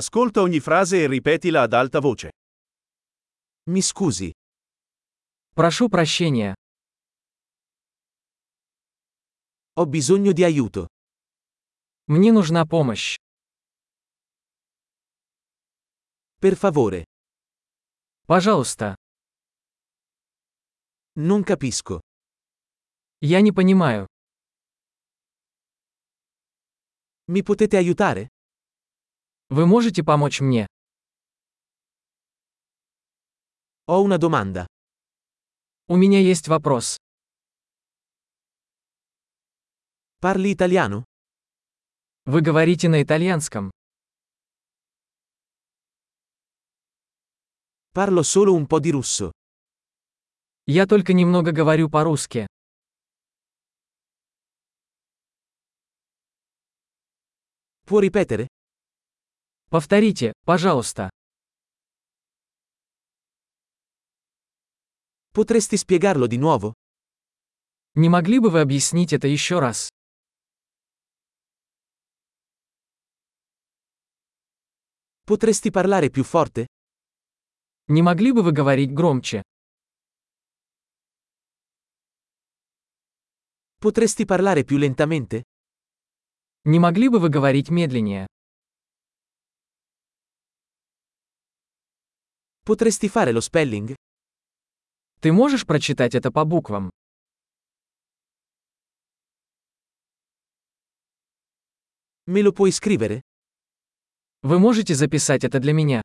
Ascolta ogni frase e ripetila ad alta voce. Mi scusi, Прошу прощения. ho bisogno di aiuto. Мне нужна помощь. Per favore, Пожалуйста. non capisco. Я не понимаю. Mi potete aiutare? Вы можете помочь мне? Ho una domanda. У меня есть вопрос. Parli italiano? Вы говорите на итальянском. Parlo solo un po' di russo. Я только немного говорю по-русски. Può ripetere? Повторите, пожалуйста. Potresti spiegarlo di nuovo? Не могли бы вы объяснить это еще раз? Potresti parlare più forte? Не могли бы вы говорить громче? Potresti parlare più lentamente? Не могли бы вы говорить медленнее? Potresti fare lo spelling? Ты можешь прочитать это по буквам? Me lo puoi scrivere? Вы можете записать это для меня?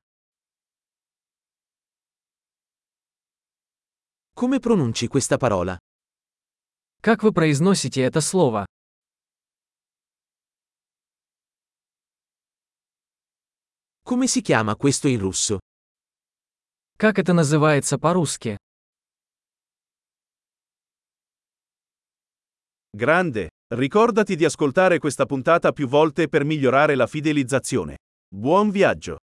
Come pronunci questa parola? Как вы произносите это слово? Come si chiama questo in russo? Как это называется по-русски? Grande, ricordati di ascoltare questa puntata più volte per migliorare la fidelizzazione. Buon viaggio!